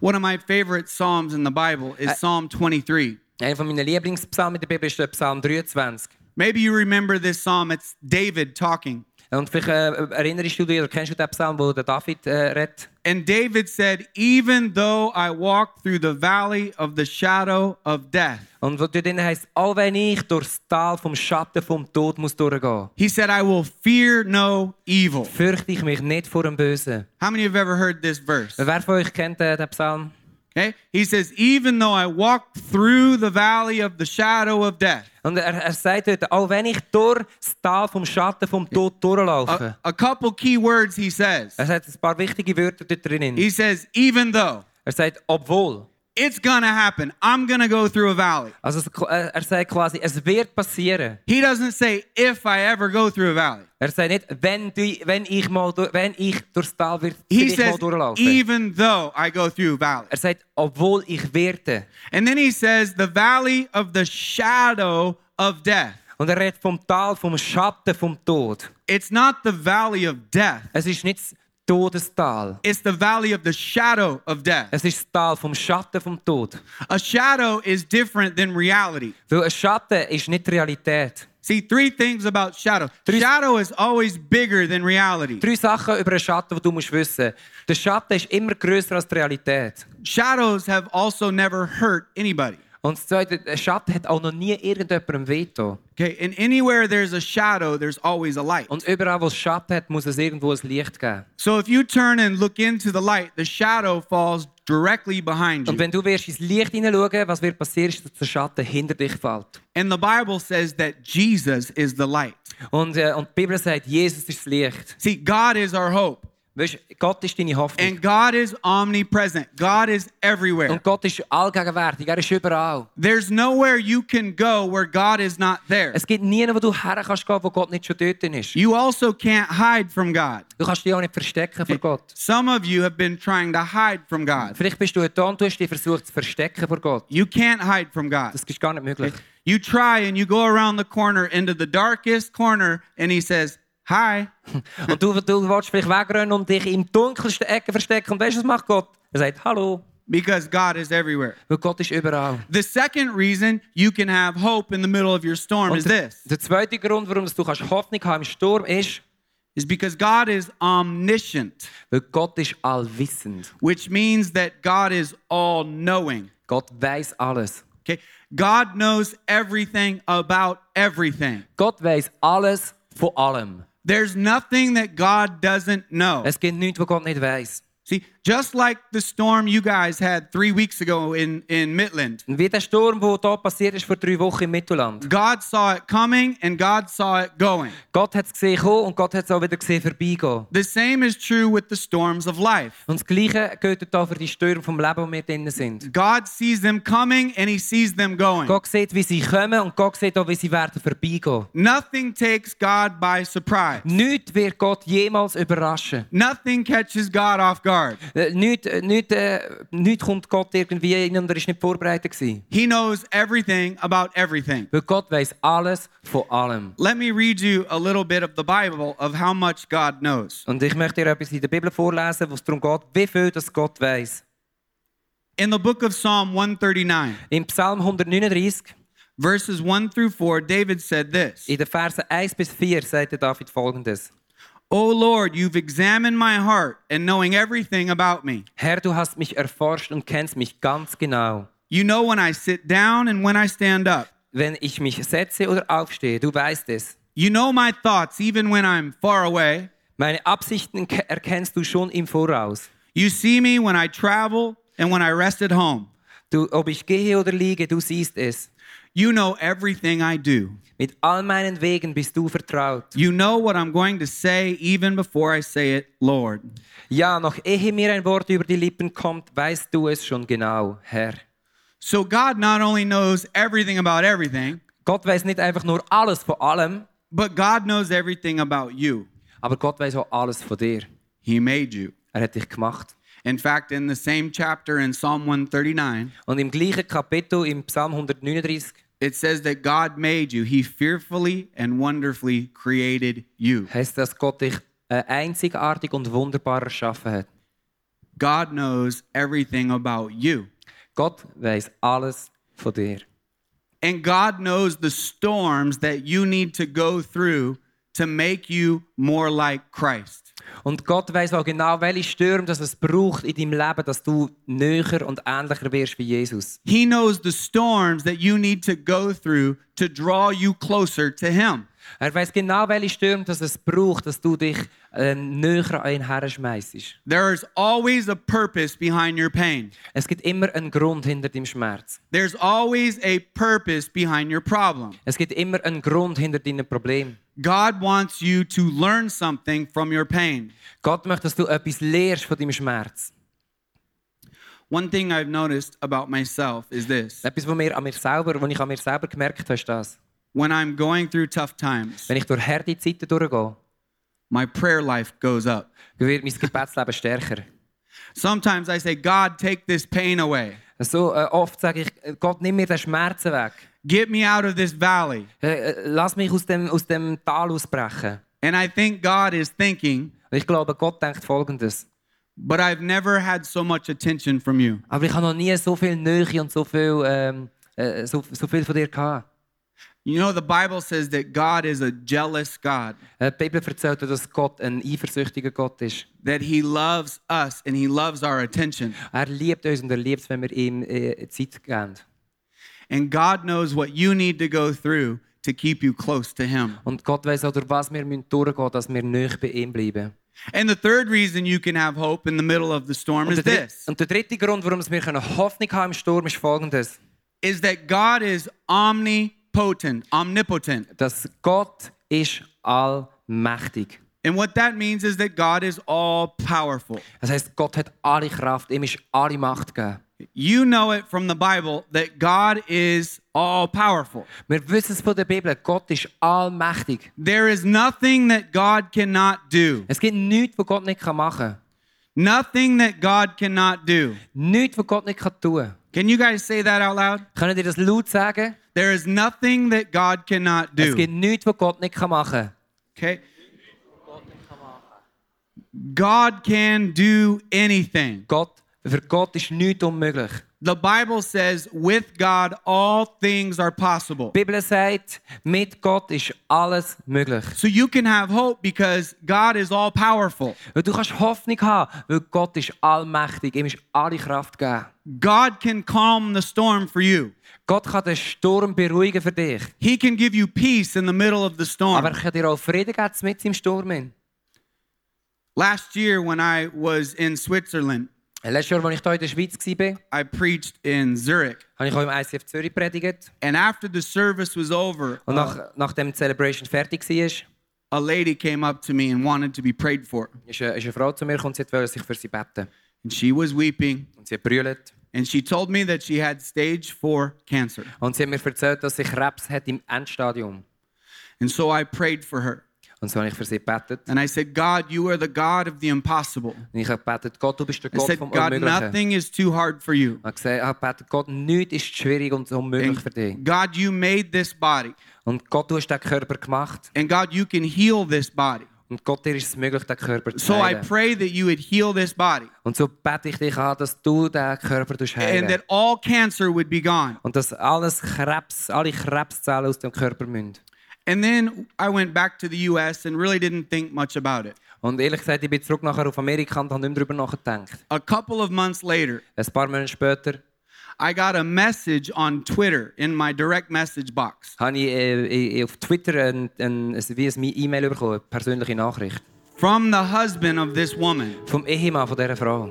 One of my favorite Psalms in the Bible is Psalm 23.
Einer meiner Lieblingspsalmen in der Bibel ist der Psalm 23.
Maybe you remember this Psalm. It's David talking.
Und vielleicht äh, erinnerst du dich oder kennst du den Psalm, wo der David äh, redet?
And David said, Even though I walk through the valley of the shadow of death,
Und wo dort drin heisst, all wenn ich durchs Tal vom Schatten vom Tod muss durchgehen,
he said, I will fear no evil.
fürchte ich mich nicht vor dem Bösen.
How many have ever heard this verse?
Wer von euch kennt äh, den Psalm?
Okay? He says, Even though I walk through the valley of the shadow of death.
Und er, er sagt dort, auch wenn ich durch das Tal vom Schatten vom Tod durchlaufe.
A, a couple key words he says.
Er sagt ein paar wichtige Wörter dort drinnen.
He says, Even though
Er sagt, obwohl.
it's going to happen, I'm going to go through a valley.
Also es- äh, er sagt quasi, es wird passieren.
He doesn't say, If I ever go through a valley.
Er sagt nicht, wenn, du, wenn, ich, mal, durch- wenn ich durchs Tal wird,
He
vielleicht mal
says,
durchlaufen.
Even though I go through a valley.
Er sagt, obwohl ich werde.
And then he says, the valley of the shadow of death.
Und er redet vom Tal, vom Schatten, vom Tod.
It's not the valley of death,
Es ist nicht das Todestal.
it's the valley of the shadow of death.
Es ist das Tal vom Schatten, vom Tod.
A shadow is different than reality.
Weil ein Schatten ist nicht die Realität.
See, three things about shadow
Three-
shadow is always bigger than reality.
Drei Sachen über einen Schatten, die du musst wissen musst. Der Schatten ist immer größer als die Realität.
Shadows have also never hurt anybody.
Und das Zweite, ein Schatten hat auch noch nie irgendjemandem wehgetan.
Okay, and anywhere there's a shadow, there's always a light.
Und überall, wo es Schatten hat, muss es irgendwo ein Licht geben.
So if you turn and look into the light, the shadow falls directly behind
Und
you.
wenn du wirst ins Licht hineinschauen, was wird passieren, ist, dass der Schatten hinter dich fällt.
And the Bible says that Jesus is the light.
Und, äh, und die Bibel sagt, Jesus ist das Licht.
See, God is our hope,
Weißt, Gott ist deine Hoffnung.
and God is omnipresent. God is everywhere.
Und Gott ist allgegenwärtig, er ist überall.
There's nowhere you can go where God is not there.
Es gibt niemanden, wo du her kannst gehen, wo Gott nicht schon dort ist.
You also can't hide from God.
Du kannst dich auch nicht verstecken vor Gott.
Some of you have been trying to hide from God.
Vielleicht bist du ein Ton, du hast dich versucht zu verstecken vor Gott.
You can't hide from God.
Das ist gar nicht möglich.
You try and you go around the corner into the darkest corner, and He says, Hi.
Und du, du willst vielleicht wegrennen und dich im dunkelsten Ecke verstecken. Und weißt du, was macht Gott? Er sagt Hallo.
Because God is everywhere.
Weil Gott ist überall.
The second reason you can have hope in the middle of your storm is
Und der,
this
der zweite Grund, warum du kannst Hoffnung haben im Sturm ist,
is because God is omniscient.
weil Gott ist allwissend.
which means that God is all knowing.
Gott weiß alles.
Okay? God knows everything about everything.
Gott weiß alles von allem.
There's nothing that God doesn't know.
Es gibt nichts, was Gott nicht weiß.
See, just like the storm you guys had three weeks ago in, in Midland,
Und wie der Sturm, der hier passiert ist vor drei Wochen im Mittelland.
God saw it coming and God saw it going.
Gott hat es gesehen kommen und Gott hat es auch wieder gesehen vorbeigehen.
The same is true with the storms of life.
Und das Gleiche gilt auch für die Stürme vom Leben, wo wir drin sind.
God sees them coming and he sees them going.
Gott sieht, wie sie kommen und Gott sieht auch, wie sie werden vorbeigehen.
Nothing takes God by surprise.
Nichts wird Gott jemals überraschen.
Nothing catches God off guard.
Äh, Nichts, äh, nichts, äh, nichts kommt Gott irgendwie in und er war nicht vorbereitet. Gewesen.
He knows everything about everything.
Weil Gott weiß alles von allem.
Let me read you a little bit of the Bible of how much God knows.
Und ich möchte dir etwas in der Bibel vorlesen, wo es darum geht, wie viel das Gott weiß.
In the book of Psalm 139,
Im Psalm 139,
verses 1 through 4, David said this
in den Versen 1 bis 4, sagt der David folgendes:
O Lord, you've examined my heart and knowing everything about me.
Herr, du hast mich erforscht und kennst mich ganz genau.
You know when I sit down and when I stand up.
Wenn ich mich setze oder aufstehe, du weißt es.
You know my thoughts even when I'm far away.
Meine Absichten ke- erkennst du schon im Voraus.
You see me when I travel and when I rest at home.
Du, ob ich gehe oder liege, du siehst es.
You know everything I do.
Mit all meinen Wegen bist du vertraut.
You know what I'm going to say even before I say it, Lord.
Ja, noch ehe mir ein Wort über die Lippen kommt, weißt du es schon genau, Herr.
So God not only knows everything about everything,
Gott weiß nicht einfach nur alles von allem,
but God knows everything about you.
aber Gott weiß auch alles von dir.
He made you.
Er hat dich gemacht.
In fact, in the same chapter in Psalm 139,
Und im gleichen Kapitel im Psalm 139
it says that God made you. He fearfully and wonderfully created you.
heißt, dass Gott dich äh, einzigartig und wunderbar erschaffen hat.
God knows everything about you.
Gott weiß alles von dir.
And God knows the storms that you need to go through to make you more like Christ.
Und Gott weiß auch genau, welche Stürme das es braucht in deinem Leben, dass du näher und ähnlicher wirst wie Jesus.
He knows the storms that you need to go through to draw you closer to Him.
Er weiß genau, welche Stürme das es braucht, dass du dich ähm, näher an ihn herschmeißt.
There is always a purpose behind your pain,
Es gibt immer einen Grund hinter dem Schmerz.
there's always a purpose behind your problem.
Es gibt immer einen Grund hinter deinem Problem.
God wants you to learn something from your pain.
Gott möchte, dass du etwas lehrst von deinem Schmerz.
One thing I've noticed about myself is this
Etwas, was, mir an mir selber, was ich an mir selber gemerkt habe, ist das.
when I'm going through tough times,
Wenn ich durch harte Zeiten durchgehe,
my prayer life goes up.
wird mein Gebetsleben stärker.
Sometimes I say, God, take this pain away.
So äh, oft sage ich, äh, Gott, nimm mir den Schmerzen weg.
Get me out of this valley.
Äh, äh, lass mich aus dem, aus dem Tal ausbrechen.
And I think God is thinking,
Und ich glaube, Gott denkt Folgendes.
but I've never had so much attention from you.
Aber ich habe noch nie so viel Nähe und so viel, ähm, äh, so, so viel von dir gehabt.
You know, the Bible says that God is a jealous God,
Äh, die Bibel erzählt, dass Gott ein eifersüchtiger Gott ist.
that He loves us and He loves our attention.
Er liebt uns und er liebt es, wenn wir ihm äh, Zeit geben.
And God knows what you need to go through to keep you close to Him.
Und Gott weiß auch, durch was wir müssen durchgehen müssen, dass wir näher bei ihm bleiben.
And the third reason you can have hope in the middle of the storm
Und
is
der, dritte,
this
und der dritte Grund, warum es wir können Hoffnung haben im Sturm, ist folgendes.
is that God is omnipotent, omnipotent.
Dass Gott ist allmächtig.
And what that means is that God is all powerful.
Das heißt, Gott hat alle Kraft, ihm ist alle Macht gegeben.
You know it from the Bible that God is all powerful.
Wir wissen es von der Bibel, Gott ist allmächtig.
There is nothing that God cannot do.
Es gibt nichts, was Gott nicht machen kann.
Nothing that God cannot do.
Nichts, was Gott nicht kann tun kann.
Can you guys say that out loud?
Können ihr das laut sagen?
There is nothing that God cannot
Es gibt
do.
nichts, was Gott nicht kann machen kann.
Okay? God can do anything.
Gott, für Gott ist nichts unmöglich.
The Bible says, with God, all things are possible.
Die Bibel sagt, mit Gott ist alles möglich.
So you can have hope because God is all powerful.
Weil du kannst Hoffnung haben, weil Gott ist allmächtig, ihm ist alle Kraft gegeben.
God can calm the storm for you.
Gott kann den Sturm beruhigen für dich.
He can give you peace in the middle of the
Aber
storm.
er kann dir auch Frieden geben mit im Sturm. hin.
Last year, when I was in Switzerland,
Letztes Jahr, als ich hier in der Schweiz war,
I preached in Zurich.
habe ich auch im ICF Zürich predigt.
And after the service was over,
Und
uh,
nach, nachdem die Celebration fertig war,
a lady came up to me and wanted to be prayed for.
ist eine, ist eine Frau zu mir gekommen und sie wollte sich für sie beten.
And she was weeping.
Und sie hat brüllt.
And she told me that she had stage four cancer.
Und sie hat mir erzählt, dass sie Krebs hat im Endstadium.
And so I prayed for her.
Und so habe ich für sie gebetet.
And I said, God, you are the God of the impossible.
Und ich habe gebetet, Gott, du bist der
I
Gott
said,
vom
God,
Unmöglichen.
nothing is too hard for you.
Ich habe gesagt, ich habe gebetet, Gott, nichts ist schwierig und unmöglich für dich.
And God, you made this body.
Und Gott, du hast den Körper gemacht.
And God, you can heal this body.
Und Gott, dir ist es möglich, den Körper zu
So I
heilen.
pray that you would heal this body
und so bete ich dich an, dass du den Körper tust
and
heilen
that all cancer would be gone.
Und dass alles Krebs, alle Krebszellen aus dem Körper müssen.
And then I went back to the US and really didn't think much about it.
Und ehrlich gesagt, ich bin zurück nachher auf Amerika und habe nicht mehr darüber nachgedacht.
A couple of months later,
Ein paar Monate später
I got a message on Twitter in my direct message box
habe ich äh, äh, auf Twitter ein, ein, ein, wie es meine E-Mail bekommen, eine persönliche Nachricht.
from the husband of this woman.
Vom Ehemann von dieser Frau.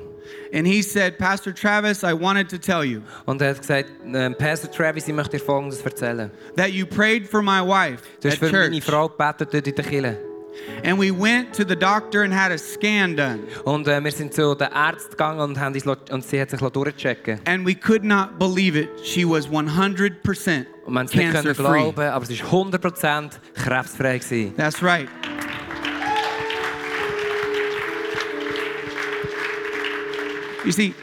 And he said, Pastor Travis, I wanted to tell you
Und er hat gesagt, äh, Pastor Travis, ich möchte dir Folgendes erzählen.
that you prayed for my wife
Du
at
hast für meine
church.
Frau gebetet dort in der Kirche.
And we went to the doctor and had a scan done.
Und äh, wir sind zu den Ärzten gegangen und, haben uns, lo- und sie hat sich lo durchchecken
And we could not believe it. She was 100%
Und wir haben es nicht
cancer
können
free.
glauben, aber es war 100% krebsfrei. Gewesen.
That's right. You see,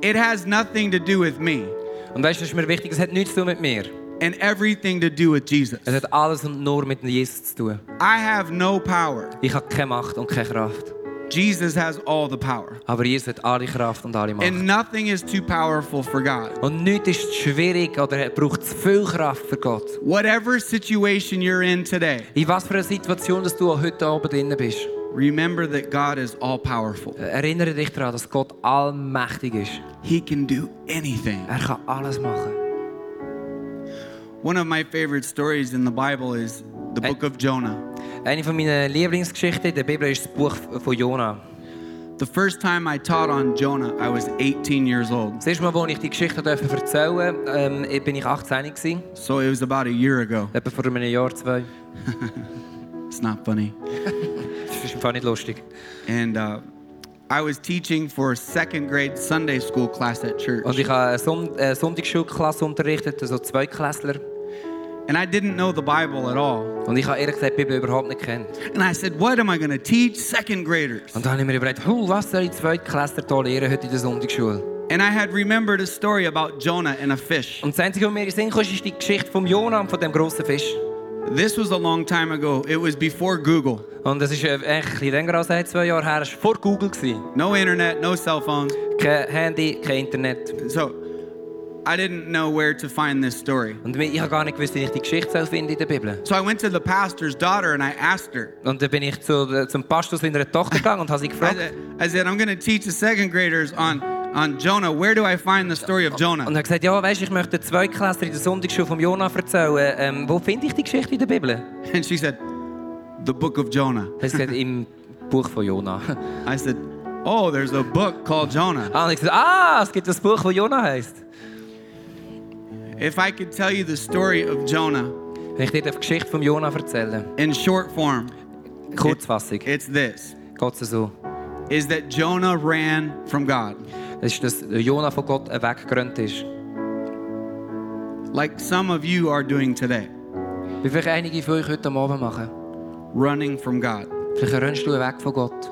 it has nothing to do with me
Und weißt du, das ist mir wichtig, es hat nichts zu tun mit mir.
and everything to do with Jesus.
Es hat alles und nur mit Jesus zu tun.
I have no power.
Ich habe keine Macht und keine Kraft.
Jesus has all the power.
Aber Jesus hat alle Kraft und alle Macht.
And nothing is too powerful for God.
Und nichts ist schwierig oder er braucht zu viel Kraft für Gott.
Whatever situation you're in today,
In was für einer Situation dass du auch heute Abend drin bist,
remember that God is all powerful.
erinnere dich daran, dass Gott allmächtig ist.
He can do anything.
Er kann alles machen.
One of my favorite stories in the Bible is the book of Jonah.
Eine von meiner Lieblingsgeschichten in der Bibel ist das Buch von Jona.
The first time I taught on Jonah, I was 18 years old.
Das erste Mal, als ich die Geschichte durfte erzählen durfte, ähm, bin ich 18 gewesen,
So it was about a year ago.
etwa vor einem Jahr, zwei.
It's not funny.
Das ist einfach nicht lustig.
And uh, I was teaching for a second grade Sunday school class at church.
Und ich habe eine Son- äh, Sonntagsschulklasse unterrichtet, also zwei Klässler.
And I didn't know the Bible at all.
Und ich habe ehrlich gesagt die Bibel überhaupt nicht gekannt.
And I said, What am I going to teach second graders?
Und dann habe ich mir überlegt, «Huh, was soll ich Zweitklässler hier lernen heute in der Sonntagsschule?
And I had remembered a story about Jonah and a fish.
Und das Einzige, was mir in den Sinn kam, ist die Geschichte von Jona und von dem grossen Fisch.
This was a long time ago. It was before Google.
Und das ist äh, eigentlich ein bisschen länger als ein, zwei Jahre her. Es war vor Google. gewesen.
No internet, no cell phones.
Kein Handy, kein Internet.
So I didn't know where to find this story.
Und ich habe gar nicht gewusst, wie ich die Geschichte soll finden in der Bibel.
So I went to the pastor's daughter and I asked her.
Und dann bin ich zu, äh, zum Pastor seiner Tochter gegangen und habe sie
I
gefragt.
said, I said I'm going to teach the second graders on, on Jonah. Where do I find the story of
Und
Jonah?
habe gesagt, ja, weißt du, ich möchte den Zweitklässler in der Sonntagsschule von Jona erzählen. Ähm, wo finde ich die Geschichte in der Bibel?
And she said, The book of Jonah.
Er hat gesagt, im Buch von Jona.
I said, Oh, there's a book called Jonah.
Ah, und ich gesagt, ah, es gibt das Buch, das Jona heisst.
If I could tell you the story of Jonah
Wenn ich dir die Geschichte von Jona erzähle,
in short form,
Kurzfassung,
it's this
geht es so.
is that Jonah ran from God.
Es ist, dass Jona von Gott weggerannt ist.
Like some of you are doing today,
Wie vielleicht einige von euch heute am Abend machen.
running from God.
Vielleicht rennst du weg von Gott.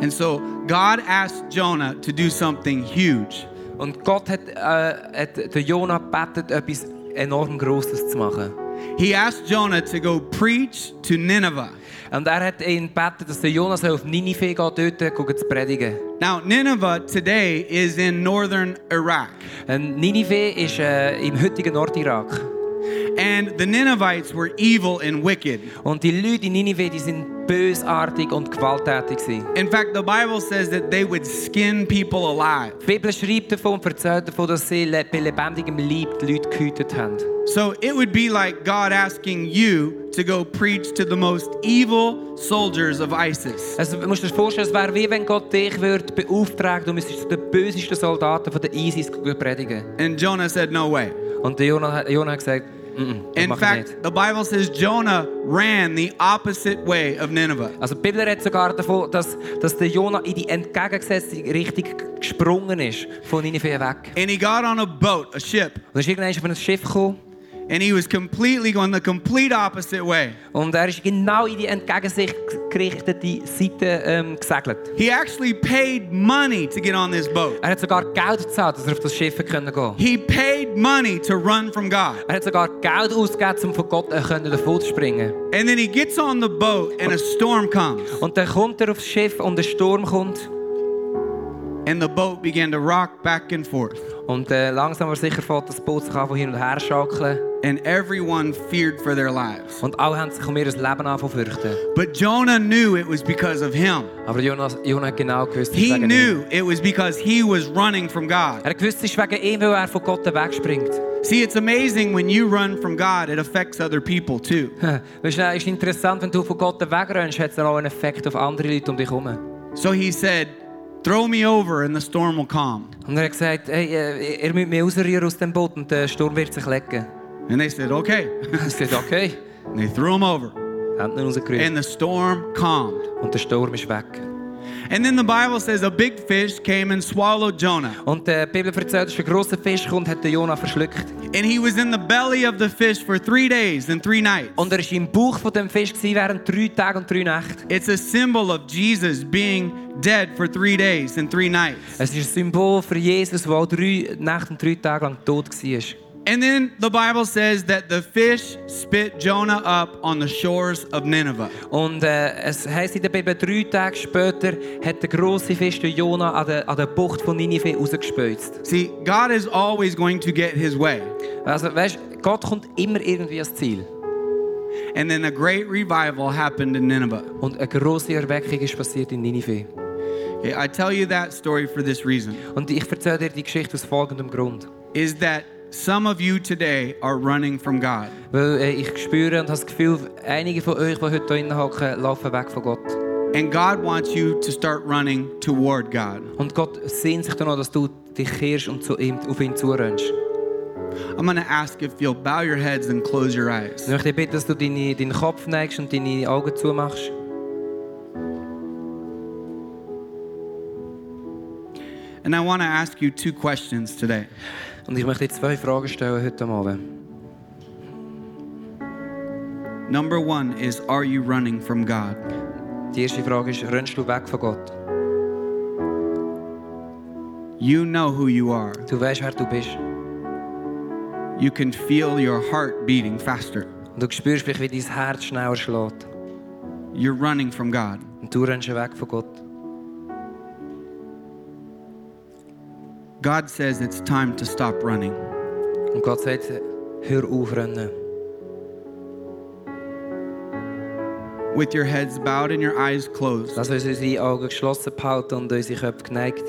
And so God asked Jonah to do something huge.
Und Gott hat, äh, hat den Jona gebeten, etwas enorm Grosses zu machen.
He asked Jonah to go preach to Nineveh.
Und er hat ihn gebeten, dass der Jona soll auf Ninive geht, dort gucken zu predigen.
Now, Nineveh today is in northern Iraq.
Und Ninive ist äh, im heutigen Nordirak.
And the Ninevites were evil and wicked.
Und die Leute in Ninive, die sind bösartig und gewalttätig gewesen.
In fact, the Bible says that they would skin people alive.
Die Bibel schreibt davon und erzählt davon, dass sie le- bei lebendigem Leib die Leute gehütet haben.
So it would be like God asking you to go preach to the most evil soldiers of ISIS.
Also, du musst dir vorstellen, es wäre wie wenn Gott dich würde beauftragen und müsstest zu den bösesten Soldaten von der ISIS gehen predigen.
And Jonah said, No way.
Und der Jona, Jona hat gesagt, «Mm-mm, das
In
mache ich nicht.
fact, the Bible says Jonah ran the opposite way of Nineveh.
Also die Bibel redet sogar davon, dass, dass der Jona in die entgegengesetzte Richtung gesprungen ist, von Ninive weg.
And he got on a boat, a ship,
Und er ist irgendwann auf ein Schiff gekommen
and he was completely going the complete opposite way.
und er ist genau in die entgegengerichtete Seite ähm, gesegelt.
He actually paid money to get on this boat.
Er hat sogar Geld gezahlt, dass er auf das Schiff hätte können gehen
He paid money to run from God.
Er hat sogar Geld ausgegeben, um von Gott äh, können davon zu springen.
And then he gets on the boat and a storm comes.
Und dann kommt er aufs Schiff und der Sturm kommt.
And the boat began to rock back and forth.
Und äh, langsam aber sicher fängt das Boot sich an, von hin und her schaukeln.
and everyone feared for their lives.
Und alle haben sich um ihr Leben angefangen zu fürchten.
But Jonah knew it was because of him.
Aber Jonas, Jonah hat genau gewusst, es ist
He
wegen ihm.
knew it was because he was running from God.
Er hat gewusst, es ist wegen ihm, weil er von Gott wegspringt.
See, it's amazing when you run from God, it affects other people too.
Äh, Weißt du, es ist interessant, wenn du von Gott wegrennst, hat es dann auch einen Effekt auf andere Leute um dich herum.
So he said, Throw me over and the storm will calm.
Und er hat gesagt, hey, äh, ihr müsst mich rausrühren aus dem Boot und der Sturm wird sich legen.
And they said, Okay.
Er hat gesagt, okay.
And they threw him over
Haben ihn rausgerührt.
and the storm calmed.
Und der Sturm ist weg.
And then the Bible says a big fish came and swallowed Jonah.
Und äh, die Bibel erzählt, dass ein grosser Fisch kommt, hat der Jonah verschluckt.
And he was in the belly of the fish for three days and three nights.
Und er war im Bauch von dem Fisch gewesen während drei Tagen und drei Nächten.
It's a symbol of Jesus being dead for three days and three nights.
Es ist ein Symbol für Jesus, der auch drei Nächte und drei Tage lang tot war.
And then the Bible says that the fish spit Jonah up on the shores of Nineveh.
Und äh, es heisst in der Bibel, drei Tage später hat der grosse Fisch den Jonah an der, an der Bucht von Ninive rausgespeuzt.
See, God is always going to get his way.
Also, weißt du, Gott kommt immer irgendwie ans Ziel.
And then a great revival happened in Nineveh.
Und eine grosse Erweckung ist passiert in Ninive.
Okay, I tell you that story for this reason
Und ich erzähle dir die Geschichte aus folgendem Grund.
is that some of you today are running from God.
Weil äh, ich spüre und habe das Gefühl, einige von euch, die heute hier drinnen hocken, laufen weg von Gott.
And God wants you to start running toward God.
Und Gott sehnt sich danach, dass du dich kehrst und zu ihm, auf ihn zurennst.
I'm going to ask if you'll bow your heads and close your eyes.
Ich möchte dich bitten, dass du deine, deinen Kopf neigst und deine Augen zumachst.
And I want to ask you two questions today.
Und ich möchte dir zwei Fragen stellen heute Abend.
Number one is Are you running from God?
Die erste Frage ist, rennst du weg von Gott?
You know who you are.
Du weißt, wer du bist.
You can feel your heart beating faster.
Und du spürst vielleicht, wie dein Herz schneller schlägt.
You're running from God.
Und du rennst weg von Gott.
God says it's time to stop running.
Und Gott sagt, hör auf, rennen.
With your heads bowed and your eyes closed,
Lass uns unsere Augen geschlossen behalten und unsere Köpfe geneigt.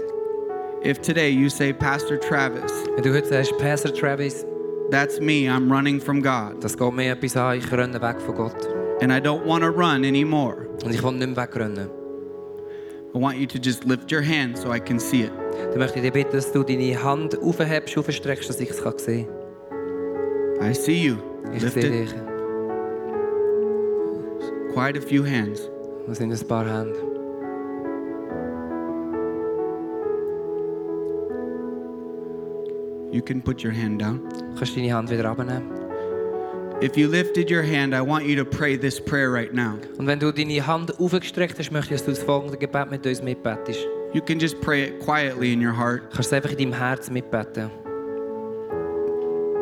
if today you say, Pastor Travis,
Wenn du heute sagst, Pastor Travis,
that's me, I'm running from God,
das geht mir etwas an, ich renne weg von Gott.
and I don't want to run anymore,
Und ich will nicht mehr wegrennen.
I want you to just lift your hand so I can see it.
Dann möchte ich dich bitten, dass du deine Hand aufhebst, aufstreckst, dass ich es kann sehen
I see you.
kann. Ich
Lift
sehe dich.
it. Quite a few hands.
Das sind ein paar Hände.
You can put your hand down.
Du kannst deine Hand wieder abnehmen.
If you lifted your hand, I want you to pray this prayer right now.
Und wenn du deine Hand aufgestreckt hast, möchte ich, dass du das folgende Gebet mit uns mitbettest.
You can just pray it quietly in your heart.
Du kannst es einfach in deinem Herz mitbeten.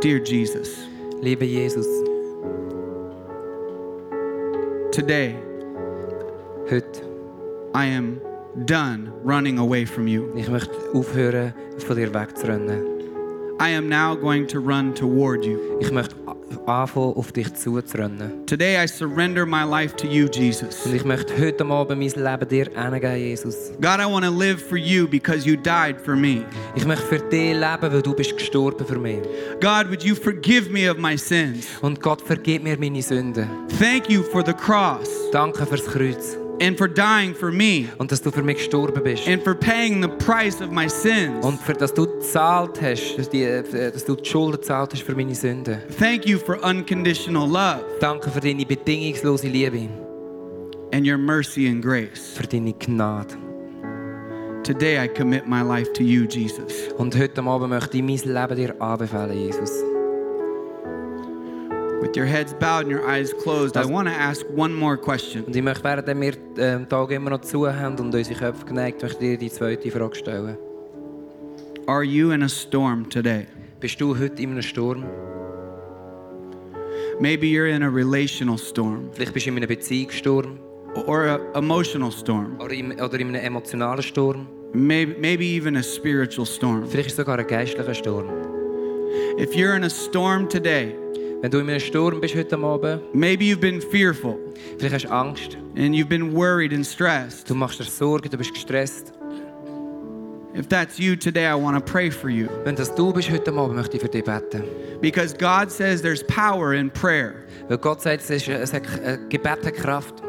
Dear Jesus,
Lieber Jesus,
today
heute,
I am done running away from you.
ich möchte aufhören, von dir wegzurennen.
I am now going to run toward you.
Ich möchte a- anfangen, auf dich zuzurennen.
Today I surrender my life to you,
Und
Jesus.
ich möchte heute Abend mein Leben dir hingeben, Jesus.
God, I want to live for you because you died for me.
Ich möchte für dich leben, weil du bist gestorben für mich.
God, would you forgive me of my sins?
Und Gott vergib mir meine Sünden.
Thank you for the cross
Danke fürs Kreuz
and for dying for me
und dass du für mich gestorben bist.
and for paying the price of my sins.
Und für dass du gezahlt hast, dass, die, äh, dass du die Schulden gezahlt hast für meine Sünden.
Thank you for unconditional love
Danke für deine bedingungslose Liebe,
and your mercy and grace.
für deine Gnade.
Today I commit my life to you, Jesus.
Und heute Abend möchte ich mein Leben dir anbefehlen, Jesus.
With your heads bowed and your eyes closed, I want to ask one more question.
Und ich möchte, während wir ähm, die Augen immer noch zu haben und unsere Köpfe geneigt, möchte ich dir die zweite Frage stellen.
Are you in a storm today?
Bist du heute in einem Sturm?
Maybe you're in a relational storm
Vielleicht bist du in einem Beziehungssturm
or an emotional storm,
oder in, oder in einem emotionalen Sturm.
maybe, maybe even a spiritual storm.
Vielleicht ist es sogar ein geistlicher Sturm.
If you're in a storm today,
Wenn du in einem Sturm bist heute Abend,
Maybe you've been fearful
vielleicht hast du Angst,
and you've been worried and stressed.
du machst dir Sorgen, du bist gestresst.
If that's you today, I want to pray for you
Wenn das du bist heute Abend, möchte ich für dich beten.
because God says there's power in prayer.
Weil Gott sagt, es, ist, es hat äh, Gebet hat Kraft.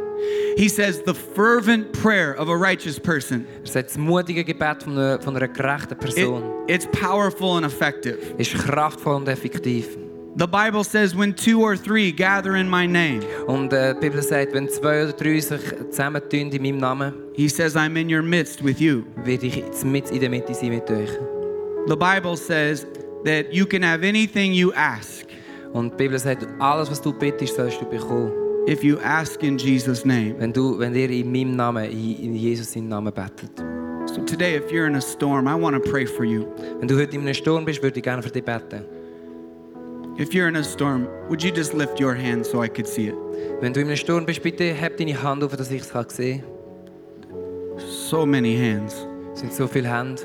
He says the fervent prayer of a righteous person
Er sagt, das mutige Gebet von einer, von einer gerechten
it-
Person
it's powerful and effective.
ist kraftvoll und effektiv.
The Bible says when two or three gather in my name,
Und äh, die Bibel sagt, wenn zwei oder drei sich zusammentun in meinem Namen,
He says I'm in your midst with you.
werde ich jetzt mit in der Mitte sein mit euch.
The Bible says that you can have anything you ask
Und die Bibel sagt, alles, was du bittest, sollst du bekommen.
if you ask in Jesus' name.
Wenn, du, wenn ihr in meinem Namen, in, in Jesus' Namen betet.
So today, if you're in a storm, I want to pray for you.
Wenn du heute in einem Sturm bist, würde ich gerne für dich beten.
If you're in a storm, would you just lift your hand so I could see it?
Wenn du in einem Sturm bist, bitte heb deine Hand auf, dass ich es kann sehen
So many hands.
kann. Es sind so viele Hände.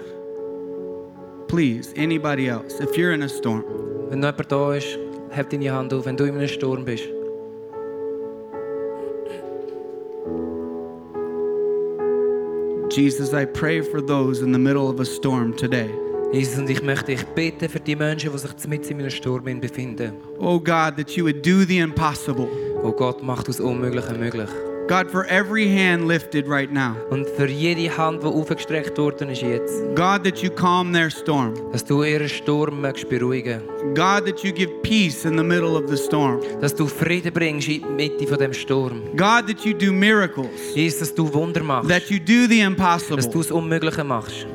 Please, anybody else, if you're in a storm,
Wenn noch jemand da ist, heb deine Hand auf, wenn du in einem Sturm bist.
Jesus, I pray for those in the middle of a storm today.
Jesus, und ich möchte dich bitten für die Menschen, die sich mitten in einem Sturm befinden.
Oh God, that you would do the impossible.
Oh Gott macht aus Unmöglichem möglich.
God, for every hand lifted right now,
Und für jede Hand, die aufgestreckt worden ist jetzt,
God, that you calm their storm.
dass du ihren Sturm mögst beruhigen.
God, that you give peace in the middle of the storm.
Dass du Frieden bringst in die Mitte von dem Sturm.
God, that you do miracles,
Jesus, dass du Wunder machst.
that you do the
Dass du
impossible.
das Unmögliche machst.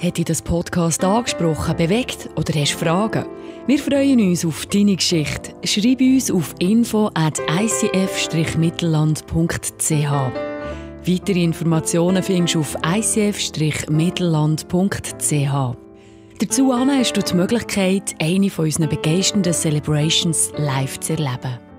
Hat dich das Podcast angesprochen, bewegt oder hast Fragen? Wir freuen uns auf deine Geschichte. Schreib uns auf info.icf-mittelland.ch. Weitere Informationen findest du auf icf-mittelland.ch. Dazu Anna, hast du die Möglichkeit, eine von unseren begeisternden Celebrations live zu erleben.